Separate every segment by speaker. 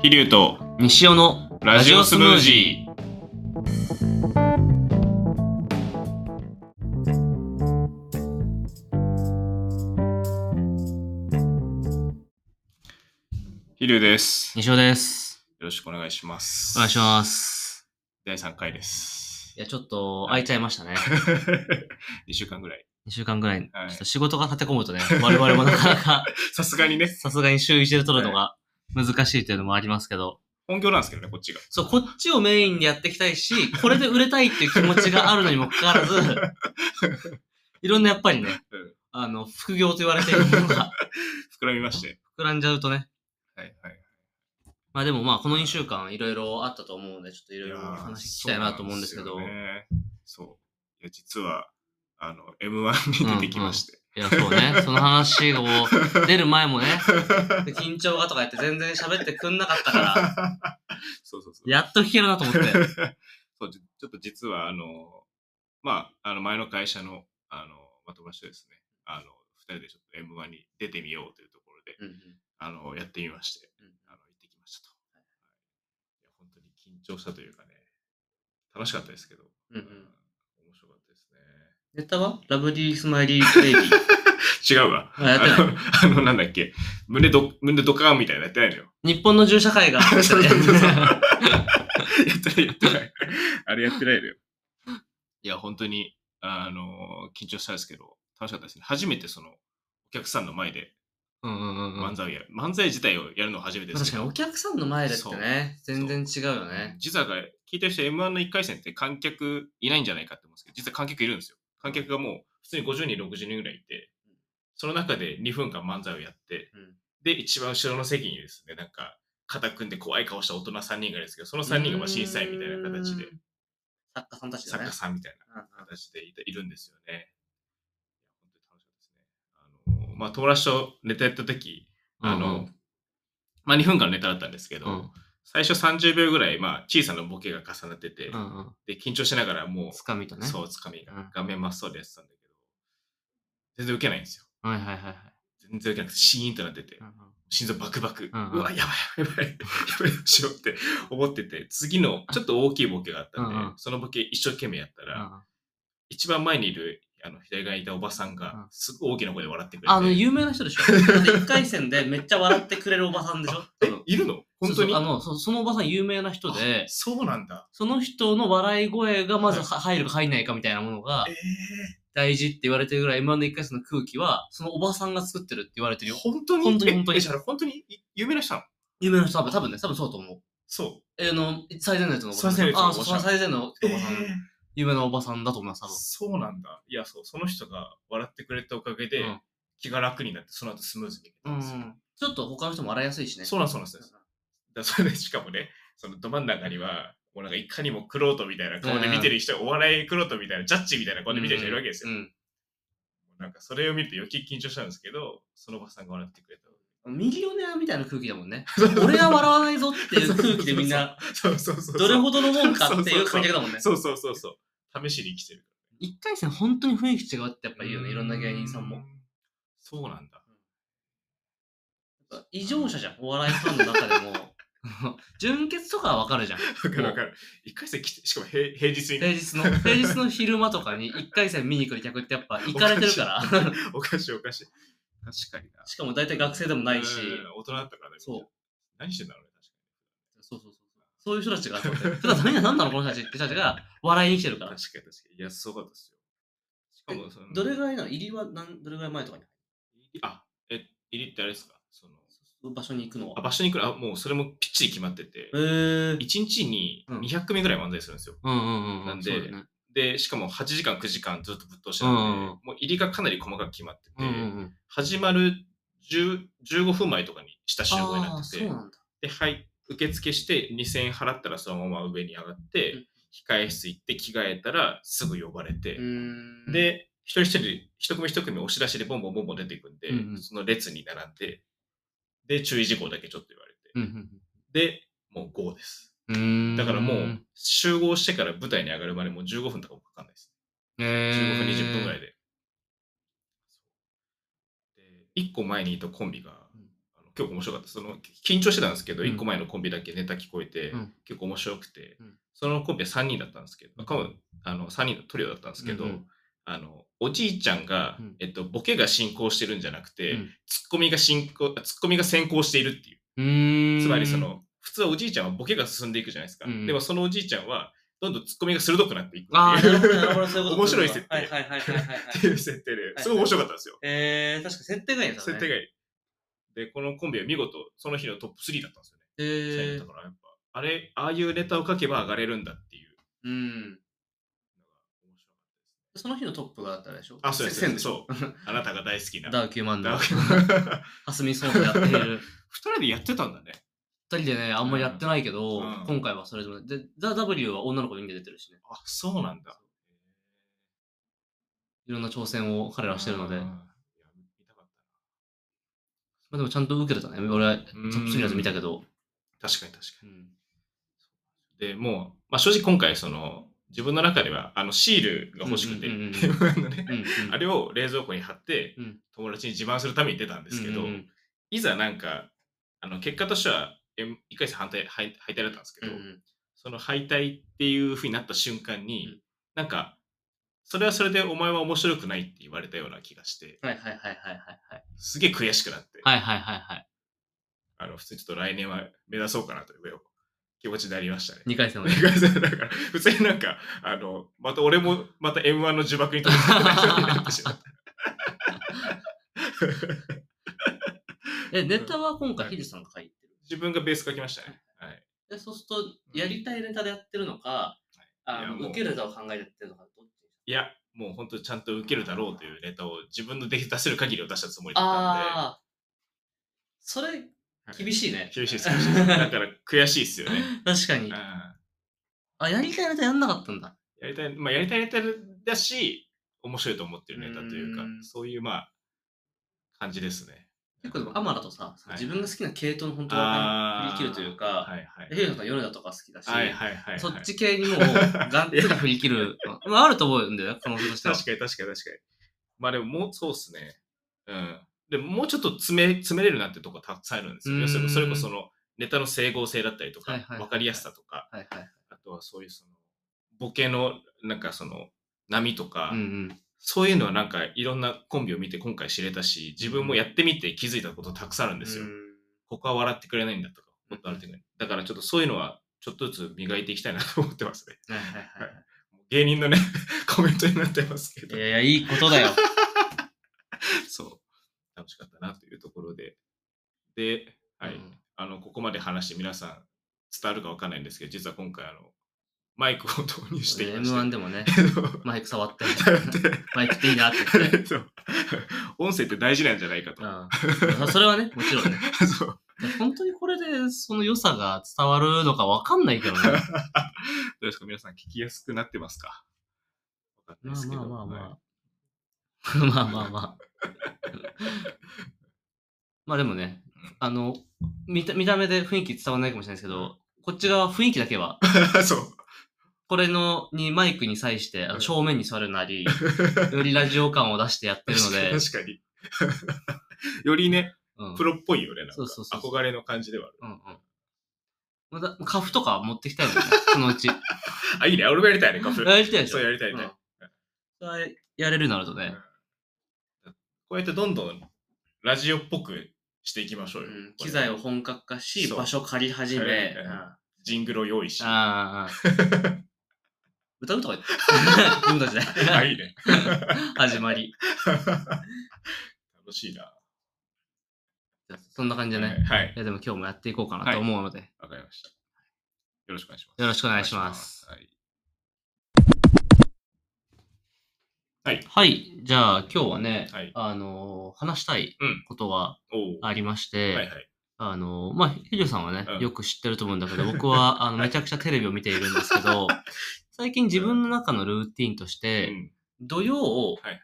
Speaker 1: 飛龍と
Speaker 2: 西尾の
Speaker 1: ラジオスムージー飛龍ですよ
Speaker 2: 西尾です。
Speaker 1: ろしくお願いします
Speaker 2: お願いします。
Speaker 1: 第3回です
Speaker 2: いや、ちょっと、空いちゃいましたね。
Speaker 1: 2週間ぐらい
Speaker 2: 2週間ぐらい。
Speaker 1: はい
Speaker 2: ちょっと仕事が立て込むとね、我々もなかな か、
Speaker 1: さすがにね
Speaker 2: さすがに週1で撮るのが難しいというのもありますけど、
Speaker 1: 本業なんですけどねこっちが
Speaker 2: そう、こっちをメインでやっていきたいし、これで売れたいっていう気持ちがあるのにもかかわらず、 いろんなやっぱりね
Speaker 1: うん、
Speaker 2: あの、副業と言われているものが
Speaker 1: 膨らみまして
Speaker 2: 膨らんじゃうとね、
Speaker 1: はいはい
Speaker 2: まあでもまあこの2週間いろいろあったと思うので、ちょっといろいろ
Speaker 1: やー
Speaker 2: 話聞きたいなと思うんですけど、
Speaker 1: そうなんですよねそういや実はあの M1 に出てきまして、
Speaker 2: いや、そうね。その話を出る 前もね、で緊張がとか言って全然喋ってくんなかった から、
Speaker 1: そうそうそう。
Speaker 2: やっと聞けるなと思って。
Speaker 1: そうじちょっと実は、あの、まあ、あの前の会社の、あの、まとばしとですね、あの、二人でちょっと M1 に出てみようというところで、
Speaker 2: うんうん
Speaker 1: あの、やってみまして、
Speaker 2: うん
Speaker 1: あの、行ってきましたと。いや本当に緊張したというかね、楽しかったですけど、
Speaker 2: うんうん
Speaker 1: 面白かったですね。
Speaker 2: ネタはラブリースマイリーベイビー。
Speaker 1: 違うわ。
Speaker 2: あやってない
Speaker 1: あの、あのなんだっけ、胸ど、胸ドカーンみたいなのやってないのよ。
Speaker 2: 日本の銃社 会が、
Speaker 1: そうそうそうそうや
Speaker 2: い
Speaker 1: って ない、やってない。あれやってないのよ。いや、本当に、あの、緊張したんですけど、楽しかったですね。初めてその、お客さんの前で
Speaker 2: うんうんうんうん
Speaker 1: 漫才をやる。漫才自体をやるのは初めてです
Speaker 2: 確
Speaker 1: け
Speaker 2: かに
Speaker 1: ど。
Speaker 2: お客さんの前でってね、
Speaker 1: そう
Speaker 2: 全然違うよね。
Speaker 1: 実はこれ聞いてる人、M1 の1回戦って観客いないんじゃないかって思うんですけど、実は観客いるんですよ。観客がもう、普通に50人、60人ぐらいいて、その中で2分間漫才をやって、
Speaker 2: うん
Speaker 1: で、一番後ろの席にですね、なんか、肩組んで怖い顔した大人3人がいるんですけど、その3人がまあ審査員みたいな形で
Speaker 2: うーん。作家さんたちだ
Speaker 1: 作
Speaker 2: ね
Speaker 1: 家。さんみたいな
Speaker 2: うんうん
Speaker 1: 形でいたいるんですよね。本当に楽しかったですね。あの、まあ、友達とネタやった時、あの、まあ、2分間のネタだったんですけど、
Speaker 2: うんうん、
Speaker 1: 最初30秒ぐらい、まあ、小さなボケが重なってて、
Speaker 2: うんうん。
Speaker 1: で、緊張しながらも
Speaker 2: つかみと
Speaker 1: う、
Speaker 2: ね。
Speaker 1: そう、つかみ
Speaker 2: うん
Speaker 1: が、画面真っ青でやってたんだけど、全然受けないんですよ。
Speaker 2: はいはいはいはい。
Speaker 1: 全然受けなくて、シーンとなってて
Speaker 2: う、んうん
Speaker 1: 心臓バクバク、
Speaker 2: うんう
Speaker 1: う
Speaker 2: ん
Speaker 1: わ、やばいやばい やばい、やばいどうしようって思ってて、次のちょっと大きいボケがあったんで、
Speaker 2: うんうん
Speaker 1: そのボケ一生懸命やったら、
Speaker 2: うんうん
Speaker 1: 一番前にいるあの左側にいたおばさん
Speaker 2: うん
Speaker 1: が、すごい大きな声で笑ってくれて。
Speaker 2: あの、有名な人でしょだって一回戦でめっちゃ笑ってくれるおばさんで しょ
Speaker 1: え、いるの本当に
Speaker 2: そうそうあのそ、そのおばさん有名な人で、
Speaker 1: そうなんだ。
Speaker 2: その人の笑い声がまず
Speaker 1: はい
Speaker 2: は入るか入んないかみたいなものが
Speaker 1: え
Speaker 2: 大事って言われてるぐらい M1 の1回戦の空気は、そのおばさんが作ってるって言われて
Speaker 1: え
Speaker 2: るよ。
Speaker 1: 本当に
Speaker 2: 本当に
Speaker 1: え
Speaker 2: 本当に
Speaker 1: えじゃあ本当にい有名な人なの
Speaker 2: 有名な人多分、多分ね、多分そうだと思う。
Speaker 1: そ
Speaker 2: えーの、最前列のおばさん。
Speaker 1: 最前列のおば
Speaker 2: あ
Speaker 1: さん
Speaker 2: あ、そう、その最前列のおば
Speaker 1: う。
Speaker 2: さん。有名なおばさんだと思います、多
Speaker 1: そう
Speaker 2: 分。
Speaker 1: なんだ。いや、そう、その人が笑ってくれたおかげで、
Speaker 2: うん
Speaker 1: 気が楽になって、その後スムーズにいけたんですよ。
Speaker 2: ちょっと他の人も笑いやすいしね。
Speaker 1: そうなんですそうなんですだそれで、しかもね、そのど真ん中には、もうなんかいかにもクロートみたいな顔で見てる人、お笑いクロートみたいな、ジャッジみたいな顔で見てる人いるわけですよ。
Speaker 2: うん
Speaker 1: なんかそれを見ると余計緊張したんですけど、そのおばさんが笑ってくれた。
Speaker 2: ミリオネアみたいな空気だもんね。 俺は笑わないぞっていう空気でみんな、
Speaker 1: そうそうそうそう。
Speaker 2: どれほどのもんかっていう観客だもんね。
Speaker 1: そうそうそうそう。試しに来てる。
Speaker 2: 一回戦本当に雰囲気違うってやっぱいいよね、いろんな芸人さん
Speaker 1: う
Speaker 2: も。。
Speaker 1: そうなん だ。
Speaker 2: 異常者じゃん、お笑いファンの中でも。純潔とかはわかるじゃん。
Speaker 1: わかるわかる。一回戦来て、しかも平平日に
Speaker 2: 平日の、平日の昼間とかに一回戦見に来る客ってやっぱ行かれてるから。
Speaker 1: おかしいおかしい。確かにな。
Speaker 2: しかも大体学生でもないし。
Speaker 1: うん大人だったからね。みんな
Speaker 2: そう。
Speaker 1: 何してんだろうね、
Speaker 2: そうそうそう。そういう人たちが集まってる。ただみんな何なのこの人たちって人たちが笑いに来てるか
Speaker 1: 確からに。。確かに確かに。いや、すごかったですよ。しかもその、
Speaker 2: どれぐ
Speaker 1: い
Speaker 2: らいなの入りは何、どれぐらい前とかに
Speaker 1: あ、え、入りってあれですかその、
Speaker 2: 場所に行くの
Speaker 1: あ
Speaker 2: は。
Speaker 1: 場所に来る、あ、もうそれもぴっちり決まってて。
Speaker 2: へ
Speaker 1: 1
Speaker 2: ぇー。
Speaker 1: 日に200組ぐらい漫才するんですよ。
Speaker 2: うんうんうん。
Speaker 1: なんで
Speaker 2: そうだよね
Speaker 1: で、しかも8時間、9時間ずっとぶっ通してたんで、
Speaker 2: うんうんうん
Speaker 1: もう入りがかなり細かく決まってて、
Speaker 2: うんうんうん。
Speaker 1: 始まる10 15分前とかに下集合にな
Speaker 2: ああ、
Speaker 1: って
Speaker 2: そう
Speaker 1: て、
Speaker 2: なんだ。
Speaker 1: で、はい、受付して2000円払ったらそのまま上に上がって、
Speaker 2: うん
Speaker 1: 控え室行って着替えたらすぐ呼ばれて、
Speaker 2: うーん、
Speaker 1: で、一人一人、一組一組押し出しでボンボンボンボン出ていくんで、
Speaker 2: うんうん
Speaker 1: その列に並んで、で、注意事項だけちょっと言われて、
Speaker 2: うんうん
Speaker 1: で、もう5です。
Speaker 2: うん、
Speaker 1: だからもう、集合してから舞台に上がるまでもう15分とかもかかんないです。15分、20分ぐらい
Speaker 2: で。
Speaker 1: で。で、1個前にいたコンビが、
Speaker 2: うん
Speaker 1: あの結構面白かった。その緊張してたんですけど、
Speaker 2: うん
Speaker 1: 1個前のコンビだけネタ聞こえて、
Speaker 2: うん
Speaker 1: 結構面白くて、
Speaker 2: うん
Speaker 1: そのコンビは3人だったんですけど、まあ、多分あの3人のトリオだったんですけど、
Speaker 2: うんうん
Speaker 1: あのおじいちゃんが、
Speaker 2: うん
Speaker 1: えっと、ボケが進行してるんじゃなくて、
Speaker 2: うん
Speaker 1: ツッコミが進行あツッコミが先行しているっていう。
Speaker 2: うーん。
Speaker 1: つまりそ、の、普通はおじいちゃんはボケが進んでいくじゃないですか。
Speaker 2: うん
Speaker 1: でもそのおじいちゃんはどんどんツッコミが鋭くなっていくっていう
Speaker 2: ああ、なるほど、なるほど、そういうこと。
Speaker 1: 面白い設定
Speaker 2: はいはいはいはいはいはい。
Speaker 1: っていう設定で、すごい面白かったんですよ。
Speaker 2: えー、確か設定がいいです
Speaker 1: 設
Speaker 2: よね。
Speaker 1: 定
Speaker 2: が
Speaker 1: がいい。で、このコンビは見事、その日のトップ3だったんですよね。
Speaker 2: え
Speaker 1: だからやっぱ、あれ、ああいうネタを書けば上がれるんだっていう
Speaker 2: うん。
Speaker 1: のが面白かっ
Speaker 2: その日のトップがあったでしょ
Speaker 1: たです。あ、そうです
Speaker 2: せ線でしょ
Speaker 1: そう。 あなたが大好きな。
Speaker 2: ダーキューマンダー。
Speaker 1: 2
Speaker 2: 蓮見壮太やっている。
Speaker 1: 人でやってたんだね。
Speaker 2: 二人で ね、あんまりやってないけど、
Speaker 1: うん
Speaker 2: 今回はそれぞれで、ザ・ W は女の子4人で出てるしね。
Speaker 1: あ、そうなんだ。
Speaker 2: いろんな挑戦を彼らはしてるので。
Speaker 1: うんい
Speaker 2: ま
Speaker 1: や見たかっ
Speaker 2: あでもちゃんと受けてたね。俺はト
Speaker 1: うん
Speaker 2: ップ3のやつ見たけど。
Speaker 1: たな確かに確かに。
Speaker 2: うん
Speaker 1: でもう、まあ、正直今回その自分の中ではあのシールが欲しくて、
Speaker 2: うんうんうんうん
Speaker 1: あ のね
Speaker 2: うんうん
Speaker 1: あれを冷蔵庫に貼って、
Speaker 2: うん
Speaker 1: 友達に自慢するために出たんですけど、
Speaker 2: うんうん
Speaker 1: いざなんかあの結果としては1回戦反対敗敗退だったんですけ
Speaker 2: うん
Speaker 1: ど、
Speaker 2: うん
Speaker 1: その敗退っていうふうになった瞬間に、
Speaker 2: うん
Speaker 1: なんかそれはそれでお前は面白くないって言われたような気がして
Speaker 2: はいはいはいはいはいはい。
Speaker 1: すげえ悔しくなって、
Speaker 2: はいはいはいはい。
Speaker 1: あの普通にちょっと来年は目指そうかなという気持ちになりましたね。
Speaker 2: 2回戦はね。
Speaker 1: 2回戦だから、普通になんか、あの、また俺も、また M1 の呪縛に取りつかれた人になってしまった。
Speaker 2: え、ネタは今回ヒデさんが書いてる。
Speaker 1: 自分がベース書きましたね。はい。
Speaker 2: で、そうすると、やりたいネタでやってるのか、
Speaker 1: い
Speaker 2: あ
Speaker 1: や
Speaker 2: の
Speaker 1: もう
Speaker 2: 受けるネタを考えてやってるのか、どっち
Speaker 1: いや、もう本当ちゃんと受けるだろうというネタを自分ので出せる限りを出したつもりだったん
Speaker 2: ああ、それ、
Speaker 1: で。
Speaker 2: 厳
Speaker 1: しい。
Speaker 2: しいね。
Speaker 1: 厳しいです、厳しいです。だから悔しいですよね。
Speaker 2: 確かに
Speaker 1: うん。
Speaker 2: あ、やりたいネタやんなかったんだ。
Speaker 1: やりたい、まあやりたいネタだし、面白いと思ってるネタというか
Speaker 2: うん、
Speaker 1: そういうまあ、感じですね。
Speaker 2: 結構でも、アマラとさ、
Speaker 1: い
Speaker 2: 自分が好きな系統の本当
Speaker 1: あ
Speaker 2: は
Speaker 1: ー
Speaker 2: 振り切るという
Speaker 1: は
Speaker 2: か、
Speaker 1: いはい。
Speaker 2: ヒデさんは夜だとか好きだし、
Speaker 1: はいはいはいはい。
Speaker 2: そっち系にもう、がっつり振り切る。まあ、あると思うんだよね、可能性としては。
Speaker 1: 確かに確かに確かに。まあでももうそうっすね。うん。でももうちょっと詰め詰めれるなってとこたくさんあるんですよ。
Speaker 2: うーん
Speaker 1: 要するにそれこそそのネタの整合性だったりとか、
Speaker 2: はいはいはいはい
Speaker 1: 分かりやすさとか、
Speaker 2: はいはい。
Speaker 1: あとはそういうそのボケのなんかその波とか、
Speaker 2: うんうん。
Speaker 1: そういうのはなんかいろんなコンビを見て今回知れたし、自分もやってみて気づいたことたくさんあるんですよ。ここは笑ってくれないんだとか、もっと笑ってくれない。だからちょっとそういうのはちょっとずつ磨いていきたいなと思ってますね。
Speaker 2: はいはいはいはい。
Speaker 1: 芸人のね、 コメントになってますけど
Speaker 2: い。やいや、いいことだよ。
Speaker 1: そう。楽しかったなというところで。で、はい。
Speaker 2: うん
Speaker 1: あの、ここまで話して皆さん伝わるかわかんないんですけど、実は今回、あの、マイクを導入していまし
Speaker 2: M1 で もね、
Speaker 1: て。
Speaker 2: マイク触って、
Speaker 1: で
Speaker 2: マイクっていいなって
Speaker 1: あ
Speaker 2: 言って。
Speaker 1: れそう音声って大事なんじゃないかと。
Speaker 2: うん、それはね、もちろんね。
Speaker 1: そう
Speaker 2: 本当にこれでその良さが伝わるのかわかんないけどね。
Speaker 1: どうですか皆さん聞きやすくなってますかわかんない
Speaker 2: ま
Speaker 1: ですけど
Speaker 2: あまあまあ
Speaker 1: はい
Speaker 2: まあ。 まあまあまあ。まあでもね、あの、見た見た目で雰囲気伝わらないかもしれないですけど、こっち側雰囲気だけ は、
Speaker 1: そう。
Speaker 2: これのにマイクに際して
Speaker 1: う
Speaker 2: あの
Speaker 1: ん
Speaker 2: 正面に座るなり、よりラジオ感を出してやってるので、
Speaker 1: 確かに。よりね、
Speaker 2: うん
Speaker 1: プロっぽいよね。なんか
Speaker 2: そうそうそうそう
Speaker 1: 憧れの感じではある。
Speaker 2: うんうん。また、カフとか持ってきたい もんね、そのうち。や
Speaker 1: あ、いいね。俺もやりたいね、カフ ェ。
Speaker 2: りたいでしょ
Speaker 1: そう、やりたいね。
Speaker 2: うんそれやれるようになるとね、
Speaker 1: こうやってどんどんラジオっぽくしていきましょうよ。
Speaker 2: うん機材を本格化し、
Speaker 1: そう
Speaker 2: 場所借り始め、
Speaker 1: 借り
Speaker 2: うん
Speaker 1: うん
Speaker 2: あ
Speaker 1: ジングルを用意し。あ、
Speaker 2: あ、歌うとか 言って、自分たちで。
Speaker 1: いいね。
Speaker 2: 始まり。
Speaker 1: 楽しいな。
Speaker 2: そんな感じでね。
Speaker 1: はい。
Speaker 2: いや、でも今日もやっていこうかなと思うので、
Speaker 1: わかりました。よろしくお願いします。
Speaker 2: よろしくお願いします
Speaker 1: お願いし
Speaker 2: はい。じゃあ、今日はね、
Speaker 1: はい
Speaker 2: あのー話したい
Speaker 1: うん
Speaker 2: ことが
Speaker 1: ます。はい。お
Speaker 2: ありまして、
Speaker 1: お。はいはい。
Speaker 2: あのーまあ、ひじゅさんはね、
Speaker 1: うん
Speaker 2: よく知ってると思うんだけど、僕は、あの、めちゃくちゃテレビを見ているんですけど、最近自分の中のルーティンとし
Speaker 1: う
Speaker 2: て、
Speaker 1: ん。
Speaker 2: 土曜を
Speaker 1: はい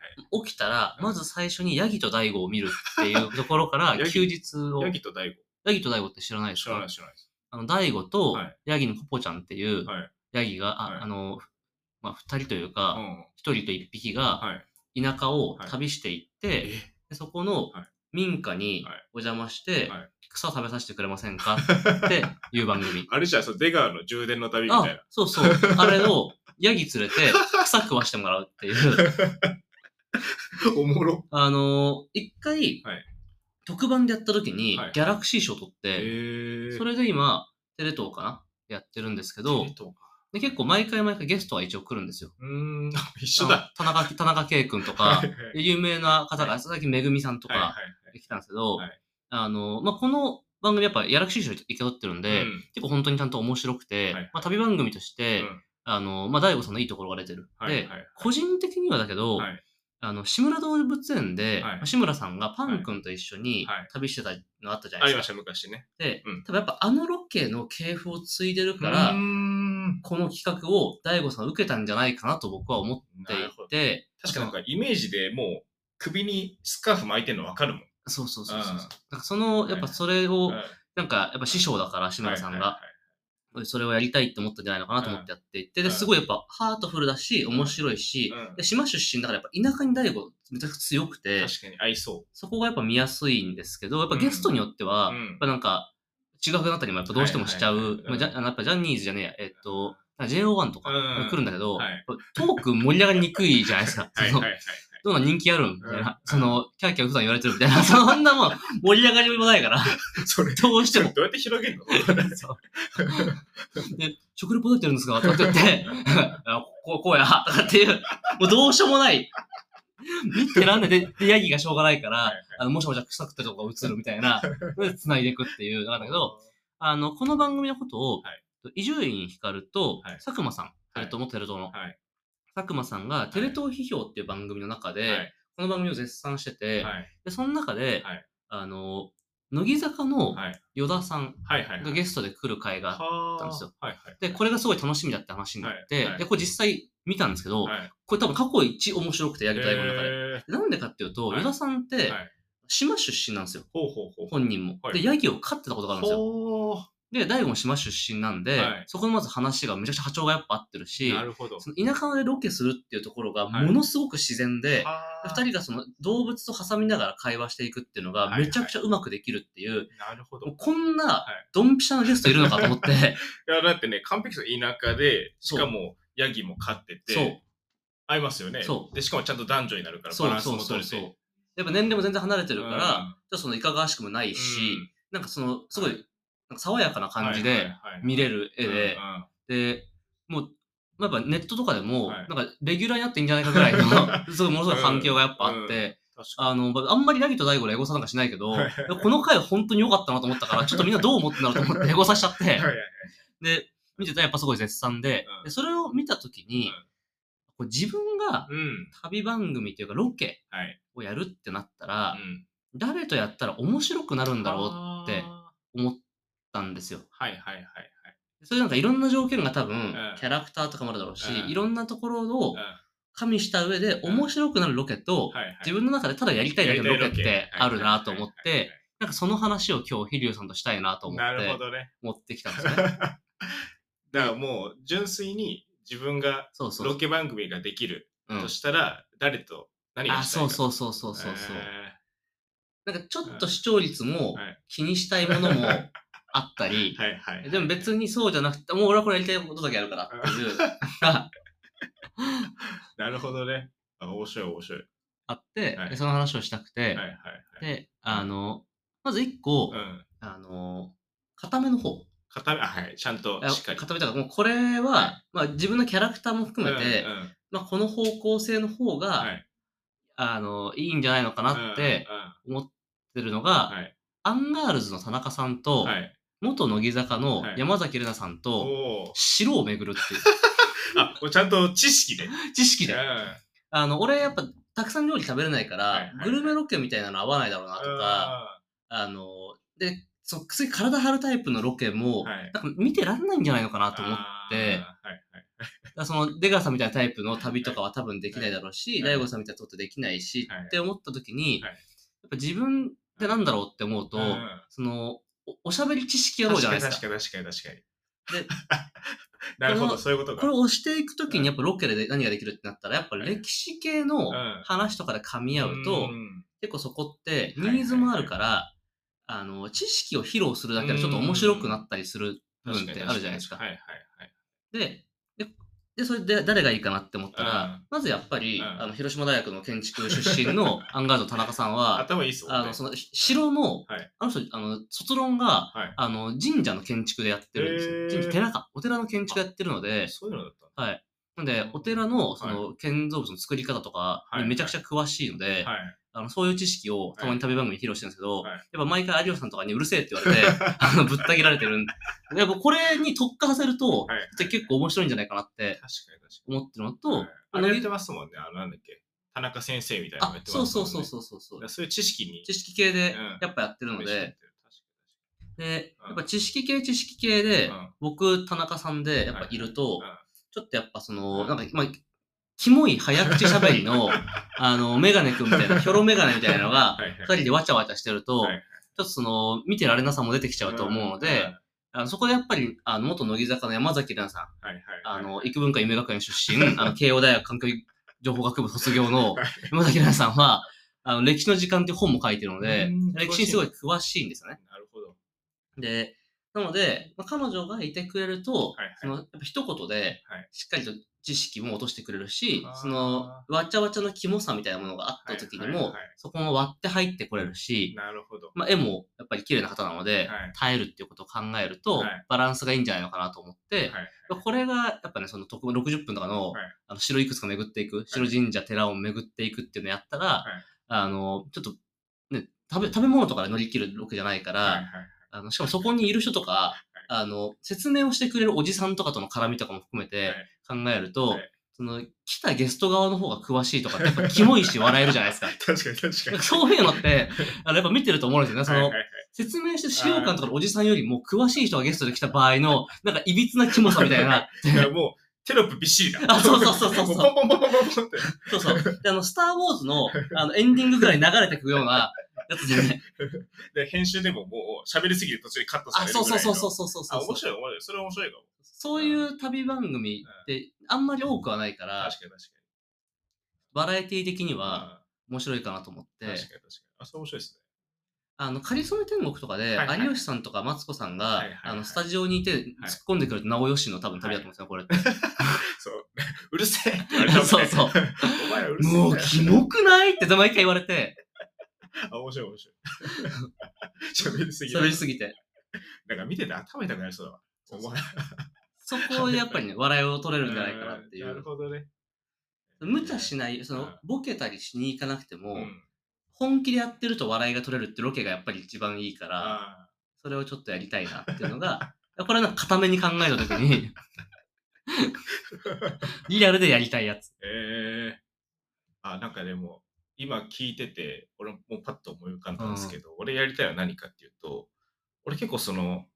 Speaker 2: 起きたら、
Speaker 1: うん
Speaker 2: まず最初にヤギと大悟を見るっていうところか ら、
Speaker 1: ヤギ
Speaker 2: 休日を
Speaker 1: はい。ヤギと大悟。
Speaker 2: ヤギと大悟って知らないです
Speaker 1: 知らな
Speaker 2: か
Speaker 1: い知らないです。
Speaker 2: あの、大悟と
Speaker 1: はい
Speaker 2: ヤギのポポちゃんっていう
Speaker 1: はい、
Speaker 2: ヤギが、
Speaker 1: はい
Speaker 2: ああの、まあ、二人という
Speaker 1: う
Speaker 2: か、
Speaker 1: ん。
Speaker 2: 一人と一匹が
Speaker 1: はい。
Speaker 2: 田舎を
Speaker 1: はい
Speaker 2: 旅していって、
Speaker 1: え
Speaker 2: でそこの
Speaker 1: はい
Speaker 2: 民家に
Speaker 1: はい
Speaker 2: お邪魔して
Speaker 1: はい、。
Speaker 2: 草食べさせてくれませんかっていう番組
Speaker 1: あれじゃん、その出川の充電の 旅みたい
Speaker 2: あ
Speaker 1: な。、
Speaker 2: そうそう。あれを、ヤギ連れて草食わしてもらうって いう。
Speaker 1: おもろ。
Speaker 2: あのー一回、
Speaker 1: はい
Speaker 2: 特番でやった時に
Speaker 1: はい、
Speaker 2: ギャラクシー賞取って、
Speaker 1: へー
Speaker 2: それで今、テレ東かなやってるんですけど
Speaker 1: えっ、と
Speaker 2: で結構毎回毎回ゲストは一応来るんですよ。
Speaker 1: うーん、一緒だ。
Speaker 2: あの田中、田中圭君と
Speaker 1: は
Speaker 2: か
Speaker 1: い、はい
Speaker 2: で有名な方が、佐々木めぐみさんと
Speaker 1: はいは
Speaker 2: かで来たんですけど、
Speaker 1: はい
Speaker 2: あの、まあ、この番組やっぱ、やらくしい賞一回取ってるん
Speaker 1: いはい
Speaker 2: で、
Speaker 1: うん
Speaker 2: 結構本当にちゃんと面白くて、
Speaker 1: はい
Speaker 2: まあ、旅番組として、
Speaker 1: うん
Speaker 2: あの、まあ、大悟さんのいいところが出てる。
Speaker 1: はい
Speaker 2: で
Speaker 1: はいはい、
Speaker 2: 個人的にはだけど、
Speaker 1: はい
Speaker 2: あの、志村動物園で、
Speaker 1: はい
Speaker 2: まあ志村さんがパン君と一緒に
Speaker 1: はい
Speaker 2: 旅してたのあったじゃな
Speaker 1: あ
Speaker 2: い
Speaker 1: り
Speaker 2: で
Speaker 1: ますし
Speaker 2: か。
Speaker 1: た、昔ね。
Speaker 2: で、
Speaker 1: うん
Speaker 2: 多分やっぱあのロケの系譜を継いでるから、
Speaker 1: うーん
Speaker 2: この企画を大悟さん受けたんじゃないかなと僕は思って
Speaker 1: ないるほど
Speaker 2: て、
Speaker 1: 確かなんかイメージでもう首にスカーフ巻いてるの分かるもん。
Speaker 2: そうそうそうそう。
Speaker 1: うん
Speaker 2: なんかその、やっぱそれを、なんかやっぱ師匠だから、志
Speaker 1: 志
Speaker 2: 村さんが、。それをやりたいって思ったんじゃないのかなと思ってやっていて、で、
Speaker 1: うん
Speaker 2: すごいやっぱハートフルだし、
Speaker 1: うん
Speaker 2: 面白いし、
Speaker 1: うん
Speaker 2: で島出身だからやっぱ田舎に大悟めちゃくちゃ強くて、
Speaker 1: 確かに合いそ
Speaker 2: そこがやっぱ見やすいんですけど、やっぱゲストによっては、
Speaker 1: うん
Speaker 2: やっぱなんか、中学だったりもやっぱどうしてもしちゃ
Speaker 1: はいはいは
Speaker 2: う
Speaker 1: い、
Speaker 2: まあじゃあのやっぱジャニーズじゃねえや、えっと、なんか JO1 とか
Speaker 1: うん
Speaker 2: 来るんだけど、
Speaker 1: はい
Speaker 2: やっぱトーク盛り上がりにくいじゃないですか。
Speaker 1: う。 はい
Speaker 2: そ
Speaker 1: は
Speaker 2: の
Speaker 1: いはい。
Speaker 2: どんな人気あるんみたい
Speaker 1: うん
Speaker 2: な。その、キャーキャー普段言われてるみたいな。そんなもん、盛り上がりもな いから、
Speaker 1: それ、
Speaker 2: どうしても。
Speaker 1: どうやって広げ るの
Speaker 2: そうで、食レポどうやってやるんですかとかって言って、 あこう、こうや、とかっていう、もうどうしようもない。見てらんねで、で、ヤギがしょうがないから、あの、もしもしゃ臭くてとか映るみたいな、で、繋いでいくっていう、なんだけど、あの、この番組のことを
Speaker 1: はい、
Speaker 2: 伊集院光と
Speaker 1: はい
Speaker 2: 佐久間さん、テレ東もテレ東の、
Speaker 1: はい
Speaker 2: 佐久間さんがテレ東批評っていう番組の中で、
Speaker 1: はい
Speaker 2: この番組を絶賛してて、
Speaker 1: はい
Speaker 2: で、その中で、
Speaker 1: はい
Speaker 2: あの、乃木坂の
Speaker 1: はい
Speaker 2: 与田さん
Speaker 1: はいはい。
Speaker 2: がゲストで来る回があって
Speaker 1: だ
Speaker 2: ったんですよ。
Speaker 1: はいはい。
Speaker 2: で、これがすごい楽しみだって話になって、
Speaker 1: はいはい
Speaker 2: で、これ実際見たんですけど、
Speaker 1: はい
Speaker 2: これ多分過去一面白くて、やりたいもの中で。
Speaker 1: へー
Speaker 2: でなんでかっていうと、
Speaker 1: はい
Speaker 2: 与田さんって
Speaker 1: はい、
Speaker 2: 島出身なんですよ。
Speaker 1: ほうほうほう。
Speaker 2: 本人も。
Speaker 1: はい
Speaker 2: で、ヤギを飼ってたことがあるんですよ。
Speaker 1: ほう
Speaker 2: で、大悟も島出身なんで、
Speaker 1: はい
Speaker 2: そこのまず話がめちゃくちゃ波長がやっぱ合ってるし
Speaker 1: な、るほど。
Speaker 2: その田舎でロケするっていうところが
Speaker 1: はい
Speaker 2: ものすごく自然で、
Speaker 1: あ
Speaker 2: 二
Speaker 1: ー
Speaker 2: 人がその動物と挟みながら会話していくっていうの
Speaker 1: はい
Speaker 2: が
Speaker 1: はい
Speaker 2: めちゃくちゃうまくできるっていう、
Speaker 1: なるほど。
Speaker 2: も
Speaker 1: いう
Speaker 2: こんないドンピシャのゲストいるのかと 思って、
Speaker 1: や、だってね、完璧そう田舎で、し
Speaker 2: そう
Speaker 1: かも、ヤギも飼ってて、
Speaker 2: そう、
Speaker 1: 合いますよね。
Speaker 2: そう
Speaker 1: で、しかもちゃんと男女になるから、バ
Speaker 2: そ
Speaker 1: ラ
Speaker 2: う
Speaker 1: ンス
Speaker 2: そう
Speaker 1: も
Speaker 2: そ
Speaker 1: 取
Speaker 2: う
Speaker 1: れ
Speaker 2: そ
Speaker 1: て。
Speaker 2: う。やっぱ年齢も全然離れて
Speaker 1: うん
Speaker 2: るから、ちょっとそのいかがわしくもないし、なんかそのすごいなんか爽やかな感じで見れ
Speaker 1: る
Speaker 2: る絵で、で、もう、まあやっぱネットとかでも、
Speaker 1: はい
Speaker 2: なんかレギュラーになっていいんじゃないか ぐらいの、すごいものすごい環境がやっぱあって、
Speaker 1: うん
Speaker 2: あの、まああんまりラギと大悟のエゴサなんかしないけど
Speaker 1: はい、
Speaker 2: この回本当に良かったなと思ったから、ちょっとみんなどう思ってんだろうと思ってエゴサしちゃって、で、見てたらやっぱすごい絶賛で、
Speaker 1: うん
Speaker 2: でそれを見たときに、
Speaker 1: うん
Speaker 2: こう自分が
Speaker 1: うん。
Speaker 2: 旅番組っていうかロケ
Speaker 1: はい。
Speaker 2: をやるってなったら、誰とやったら面白くなるんだろ
Speaker 1: ろ
Speaker 2: うってう思ったんですよ。
Speaker 1: はいはいはいはい。
Speaker 2: それなんかいろんな条件が多分
Speaker 1: うん、
Speaker 2: キャラクターとかもあるだろうし、
Speaker 1: うん
Speaker 2: いろんなところを
Speaker 1: うん
Speaker 2: 加味した上で面白くなるロケと、
Speaker 1: はいはい
Speaker 2: 自分の中でただやりたいだけのロケってあるなと思っ
Speaker 1: はいはい
Speaker 2: て、なんかその話を今日、飛龍さんとしたいなと思
Speaker 1: な
Speaker 2: っ
Speaker 1: るほ
Speaker 2: て、
Speaker 1: どね。
Speaker 2: 持ってきたんです
Speaker 1: だ
Speaker 2: よ ね。
Speaker 1: からもう、純粋に自分が
Speaker 2: そうそ
Speaker 1: ロ
Speaker 2: う。
Speaker 1: ケ番組ができる
Speaker 2: うん
Speaker 1: としたら、誰と何が
Speaker 2: あ、
Speaker 1: したい
Speaker 2: そう
Speaker 1: か
Speaker 2: そうそうそうそうそう。
Speaker 1: え
Speaker 2: なんかちょっと視聴率も
Speaker 1: はい
Speaker 2: 気にしたいものもあったり
Speaker 1: ー、はいはいはい。
Speaker 2: でも別にそうじゃなくて、もう俺はこれやりたいことだけやるからっていう、が
Speaker 1: なるほどね。あ面白い面白い。
Speaker 2: あって
Speaker 1: は、い
Speaker 2: でその話をしたくて
Speaker 1: はい、はいはい。
Speaker 2: で、あの、まず一個
Speaker 1: う、ん。
Speaker 2: あの、固めの方。
Speaker 1: 固め、あはい。ちゃんと
Speaker 2: あ
Speaker 1: しっかり。
Speaker 2: 固めというか、もうこれは、まあ自分のキャラクターも含めて、
Speaker 1: うんうん
Speaker 2: まあこの方向性の方が、
Speaker 1: はい
Speaker 2: あの、いいんじゃないのかなって
Speaker 1: うんうんうん
Speaker 2: 思ってるのが、
Speaker 1: はい
Speaker 2: アンガールズの田中さんと、
Speaker 1: はい。
Speaker 2: 元乃木坂の山崎怜奈さん
Speaker 1: お
Speaker 2: と、
Speaker 1: おー。
Speaker 2: 城を巡るってい
Speaker 1: あ、もうちゃんと知識で。
Speaker 2: う知識
Speaker 1: うん
Speaker 2: で。あの、俺やっぱ、たくさん料理食べれないから、
Speaker 1: はいはい
Speaker 2: グルメロケみたいなの合わないだろうなとか、あの、で、そう、次体張るタイプのロケも、
Speaker 1: はい
Speaker 2: なんか見てらんないんじゃないのかなと思っ
Speaker 1: て
Speaker 2: て、
Speaker 1: はいはい。
Speaker 2: だからその出川さんみたいなタイプの旅とかは多分できないだろうし、
Speaker 1: はい
Speaker 2: 大悟さんみたいなことできないし、
Speaker 1: はい
Speaker 2: って思った時に、
Speaker 1: はい
Speaker 2: やっぱ自分ってなんだろうって思うと、
Speaker 1: うん
Speaker 2: そのお、おしゃべり知識やろうじゃないです
Speaker 1: 確
Speaker 2: か。
Speaker 1: かに確かに確かに確
Speaker 2: で
Speaker 1: かに。 なるほ
Speaker 2: こ
Speaker 1: ど、
Speaker 2: の
Speaker 1: そういうことか。
Speaker 2: これを押していく時にやっぱロケで何ができるってなったら、やっぱ歴史系の
Speaker 1: うん
Speaker 2: 話とかで噛み合うと、
Speaker 1: ん
Speaker 2: 結構そこって
Speaker 1: はいはい
Speaker 2: ニーズもあるから、あの、知識を披露するだけでちょっと面白くなったりする部分ってあるじゃないですか。
Speaker 1: はいはい
Speaker 2: で、で、でそれで誰がいいかなって思ったら、まずやっぱり、
Speaker 1: うん
Speaker 2: あの、広島大学の建築出 身のアンガード田中さん
Speaker 1: はい。
Speaker 2: は、
Speaker 1: 頭いいっすもんね。
Speaker 2: あの、その、ひ城の、
Speaker 1: はい
Speaker 2: あの人、あの、卒論が、
Speaker 1: はい
Speaker 2: あの、神社の建築でやってるんです
Speaker 1: へ
Speaker 2: よ
Speaker 1: ー。
Speaker 2: 神社寺か。お寺の建築やってるので、
Speaker 1: そういうのだったんだ
Speaker 2: なんで、お寺の、その、建造物の作り方とか
Speaker 1: は
Speaker 2: に
Speaker 1: い
Speaker 2: めちゃくちゃ詳しいので、
Speaker 1: はい。
Speaker 2: あの、そういう知識をたまに旅番組に披露してるんですけど、
Speaker 1: はい
Speaker 2: やっぱ毎回有吉さんとかにうるせえって言 われて、あの、ぶった切られてるんで、やっぱこれに特化させると、
Speaker 1: はい
Speaker 2: 結構面白いんじゃないかなっ
Speaker 1: 確
Speaker 2: て
Speaker 1: かに確かに。
Speaker 2: 思ってるのと、
Speaker 1: はいあ
Speaker 2: な
Speaker 1: れ
Speaker 2: んか
Speaker 1: 言ってますもんね。あの、なんだっけ。田中先生みたいなの
Speaker 2: あ
Speaker 1: やってますも
Speaker 2: そ
Speaker 1: ん
Speaker 2: う
Speaker 1: ね。
Speaker 2: そうそうそうそうそう
Speaker 1: だから。そういう知識に。
Speaker 2: 知識系で
Speaker 1: うん
Speaker 2: やっぱやってるので、で、
Speaker 1: うん
Speaker 2: やっぱ知識系知識系で、
Speaker 1: うん
Speaker 2: 僕、田中さんでやっぱいると
Speaker 1: はいうん、
Speaker 2: ちょっとやっぱその、
Speaker 1: うん
Speaker 2: なんか、まあ、キモい早口喋 りの、あの、メガネくんみたいな、ひょろメガネみたいなのが、
Speaker 1: はいはい
Speaker 2: 二人でわちゃわちゃしてると、
Speaker 1: はい
Speaker 2: ちょっとその、見てられなさも出てきちゃうと思うので、
Speaker 1: ん
Speaker 2: あのそこでやっぱり、あの、元乃木坂の山崎蘭さん、
Speaker 1: はいはいはい。
Speaker 2: あの、幾文化夢学園出 身、あの、慶応大学環境情報学部卒業の山崎蘭さんは、あの、歴史の時間っていう本も書いてるので
Speaker 1: うん、
Speaker 2: 歴史にすごい詳しいんですよね。
Speaker 1: なるほど。
Speaker 2: で、なので、まあ、彼女がいてくれると、
Speaker 1: はいはい
Speaker 2: その、やっぱ一言で
Speaker 1: はい、
Speaker 2: しっかりと知識も落としてくれるし
Speaker 1: あ、ー
Speaker 2: その、わちゃわちゃのキモさみたいなものがあった時に
Speaker 1: はいはい
Speaker 2: も
Speaker 1: はい、
Speaker 2: そこも割って入ってこれるし、
Speaker 1: なるほど。
Speaker 2: まあ、絵もやっぱり綺麗な方なので、
Speaker 1: はい
Speaker 2: 耐えるっていうことを考えると、
Speaker 1: はい
Speaker 2: バランスがいいんじゃないのかなと思って、
Speaker 1: はいはい
Speaker 2: まあこれがやっぱね、その特60分とかの,、
Speaker 1: はい
Speaker 2: あの城いくつか巡っていく、城神社、寺を巡っていくっていうのやったら、
Speaker 1: い
Speaker 2: あの、ちょっと、ね、食べ、食べ物とかで乗り切るわけじゃないから、
Speaker 1: はいはい
Speaker 2: あの、しかもそこにいる人とか、あの、説明をしてくれるおじさんとかとの絡みとかも含めて考えると、
Speaker 1: はい
Speaker 2: その、来たゲスト側の方が詳しいとかってやっぱキモいし笑えるじゃないですか。
Speaker 1: 確かに確か
Speaker 2: な
Speaker 1: に。
Speaker 2: んかそういうのって、あの、やっぱ見てると思うんですよね。そ
Speaker 1: はい
Speaker 2: の
Speaker 1: は、いはい
Speaker 2: 説明して資料館とかのおじさんよりも詳しい人がゲストで来た場合 の、なんかいびつなキモさみたいな。
Speaker 1: だからもう、テロップびっしりだ。
Speaker 2: あそうそうそうそうそう
Speaker 1: もポンポンポンポンポンポンって。
Speaker 2: そうそう。であの、スター・ウォーズの、あの、エンディングぐらい流れてくようなやつでね。
Speaker 1: で、編集でももう、喋りすぎて途中でカットさ
Speaker 2: あ、
Speaker 1: れるぐ
Speaker 2: そ
Speaker 1: ら
Speaker 2: う
Speaker 1: いの。
Speaker 2: そうそうそうそうそう
Speaker 1: あ、
Speaker 2: そ
Speaker 1: 面
Speaker 2: う。
Speaker 1: 白い、面白い。それ面白いかも。
Speaker 2: そういう旅番組ってあんまり多くはないから、
Speaker 1: 確かに確か
Speaker 2: バラエティ的に
Speaker 1: に。
Speaker 2: は面白いかなと思って
Speaker 1: うん、確かに確かに。あ、それ面白いですね。
Speaker 2: あの、カリソメ天国とかで
Speaker 1: はいは、い
Speaker 2: 有吉さんとかマツコさんが
Speaker 1: はいはいはい、
Speaker 2: あの、スタジオにいて突っ込んでくると、直吉の多分旅だと思うんですよ、これって。
Speaker 1: そう。 うるせえって言われたもんね
Speaker 2: そうそ う。
Speaker 1: お前らうるせえんだよ。
Speaker 2: もう、キモくないって毎回言われて、
Speaker 1: あ、面白い面 白い。喋りすぎだ
Speaker 2: 喋りすぎて。
Speaker 1: なんか見てて頭痛くなりそうだわ。
Speaker 2: そう
Speaker 1: お
Speaker 2: そう
Speaker 1: 前
Speaker 2: そこでやっぱ りね、笑いを取れるんじゃないかなってい
Speaker 1: なる
Speaker 2: う。
Speaker 1: ほどね。
Speaker 2: 無茶しない、そうの
Speaker 1: ん、
Speaker 2: ボケたりしに行かなくて
Speaker 1: う
Speaker 2: も、
Speaker 1: ん。
Speaker 2: 本気でやってると笑いが取れるってロケがやっぱり一番いいから、
Speaker 1: あ
Speaker 2: それをちょっとやりたいなっていうのが、 これはなんか固めに考えたときに、 リアルでやりたいやつ。
Speaker 1: ーええあ、なんかでも、今聞いてて、俺もパッと思い浮かんだんですけど、俺やりたいのは何かっていうと、俺結構その、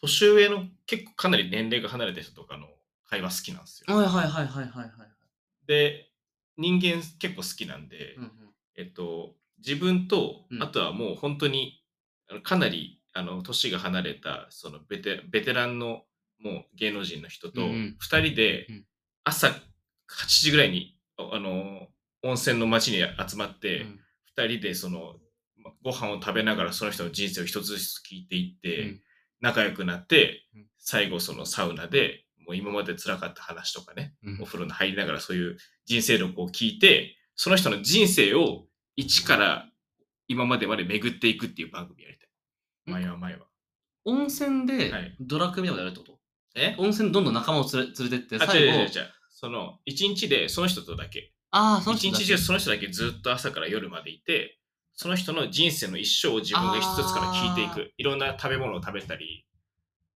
Speaker 1: 年上の結構かなり年齢が離れた人とかの会話好きなんですよ。
Speaker 2: はいはいはいはいはいはい。
Speaker 1: で、人間結構好きなんで、
Speaker 2: うんうん
Speaker 1: えっと、自分と
Speaker 2: う、ん
Speaker 1: あとはもう本当に、あのかなり、あの、年が離れた、そのベテ、ベテランの、もう芸能人の人と、
Speaker 2: うんう
Speaker 1: 二
Speaker 2: ん
Speaker 1: 人で
Speaker 2: うん、
Speaker 1: 朝8時ぐらいに、ああの、温泉の町に集まっ
Speaker 2: う
Speaker 1: て、
Speaker 2: ん
Speaker 1: 二人で、その、まご飯を食べながら、その人の人生を一つずつ聞いていって、
Speaker 2: うん
Speaker 1: 仲良くなって
Speaker 2: うん、
Speaker 1: 最後、そのサウナで、もう今まで辛かった話とかね、
Speaker 2: うん
Speaker 1: お風呂に入りながらそういう人生録を聞いて、その人の人生を一から今までまで巡っていくっていう番組やりたい。
Speaker 2: うん
Speaker 1: 前は前は。
Speaker 2: 温泉で
Speaker 1: はい
Speaker 2: ドラクエみたいなことやるってこと、
Speaker 1: え
Speaker 2: 温泉でどんどん仲間を連れ連れてって、
Speaker 1: あ、違う
Speaker 2: 最
Speaker 1: 違う違う違
Speaker 2: 後
Speaker 1: う、。その、一日でその人とだけ。
Speaker 2: ああ、その
Speaker 1: 一
Speaker 2: 人た
Speaker 1: 日
Speaker 2: ち
Speaker 1: 中その人だけずっと朝から夜までいて、その人の人生の一生を自分が一つずつから聞いてい
Speaker 2: あ
Speaker 1: く。いろんな食べ物を食べたり、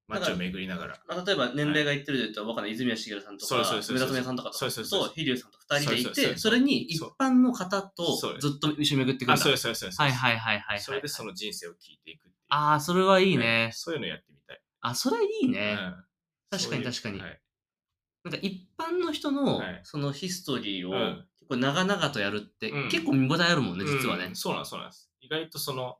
Speaker 1: 街を巡りながら。
Speaker 2: まあ、例えば年齢がいってるで言ったら、若菜泉谷しげるさんとか、
Speaker 1: そうそう
Speaker 2: 梅
Speaker 1: そうそう
Speaker 2: 田富美男さんとかと、
Speaker 1: そうそうそう
Speaker 2: と、飛龍さんと二人でい
Speaker 1: そうそうそう
Speaker 2: て、それに一般の方と
Speaker 1: そう
Speaker 2: ずっと一緒に巡ってくる
Speaker 1: あ、
Speaker 2: んだ。
Speaker 1: そうですそうですそうです。
Speaker 2: はいはいはいはいはい。
Speaker 1: それでその人生を聞いていくっていう。
Speaker 2: ああ、それはい
Speaker 1: い
Speaker 2: いね。
Speaker 1: そういうのやってみたい。
Speaker 2: あ、それいいね。
Speaker 1: うん
Speaker 2: 確かに
Speaker 1: そういう
Speaker 2: 確かに
Speaker 1: はい
Speaker 2: なんか一般の人の、
Speaker 1: はい
Speaker 2: そのヒストリーを、
Speaker 1: うん
Speaker 2: 結構長々とやるって、
Speaker 1: うん
Speaker 2: 結構見応えあるもんね、実は
Speaker 1: う
Speaker 2: ね
Speaker 1: ん。そうなんですそうなんです。意外とその、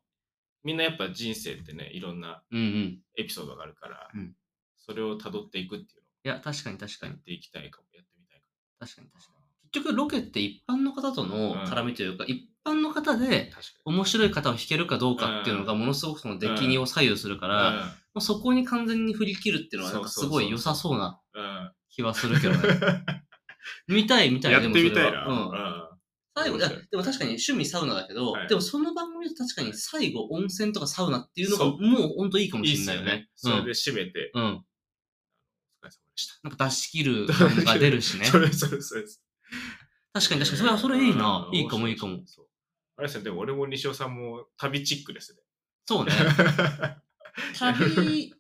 Speaker 1: みんなやっぱ人生ってね、いろんな
Speaker 2: うんうん。い
Speaker 1: エピソードがあるから、
Speaker 2: うん
Speaker 1: それを辿っていくっていう
Speaker 2: や、確かに確か
Speaker 1: のをや
Speaker 2: に
Speaker 1: っ。ていきたいかも、やってみたいか
Speaker 2: 確かに確かに。結局、ロケって一般の方との
Speaker 1: うん
Speaker 2: 絡みというか、い般の方で、
Speaker 1: 確か
Speaker 2: 面白い方を弾けるかどうかっていうのが、ものすごくその出来にを左右するから、
Speaker 1: に。
Speaker 2: もうそこに完全に振り切るっていうのは、なんかすごい良さそうな
Speaker 1: うん。うん
Speaker 2: 気はするけどね。 見たい、見たい、
Speaker 1: やってみたい
Speaker 2: でも
Speaker 1: な。
Speaker 2: それはうん。最後、いやでも確かに趣味サウナだけど、
Speaker 1: はい
Speaker 2: でもその番組で確かに最後温泉とかサウナっていうのが
Speaker 1: そ
Speaker 2: もう本当いいか
Speaker 1: う
Speaker 2: も
Speaker 1: ん。いい
Speaker 2: し
Speaker 1: っす
Speaker 2: れない
Speaker 1: よ
Speaker 2: よね
Speaker 1: ね。。それで締めて、
Speaker 2: うん。うん。
Speaker 1: お疲れ様でした。
Speaker 2: なんか出し切る感が出る し ね。
Speaker 1: それそれそれ。
Speaker 2: 確かに確かに、それはそれいいな。
Speaker 1: うん
Speaker 2: いいかもいいかも。。
Speaker 1: そうあれですね、でも俺も西尾さんも旅チックですね。
Speaker 2: そうね。旅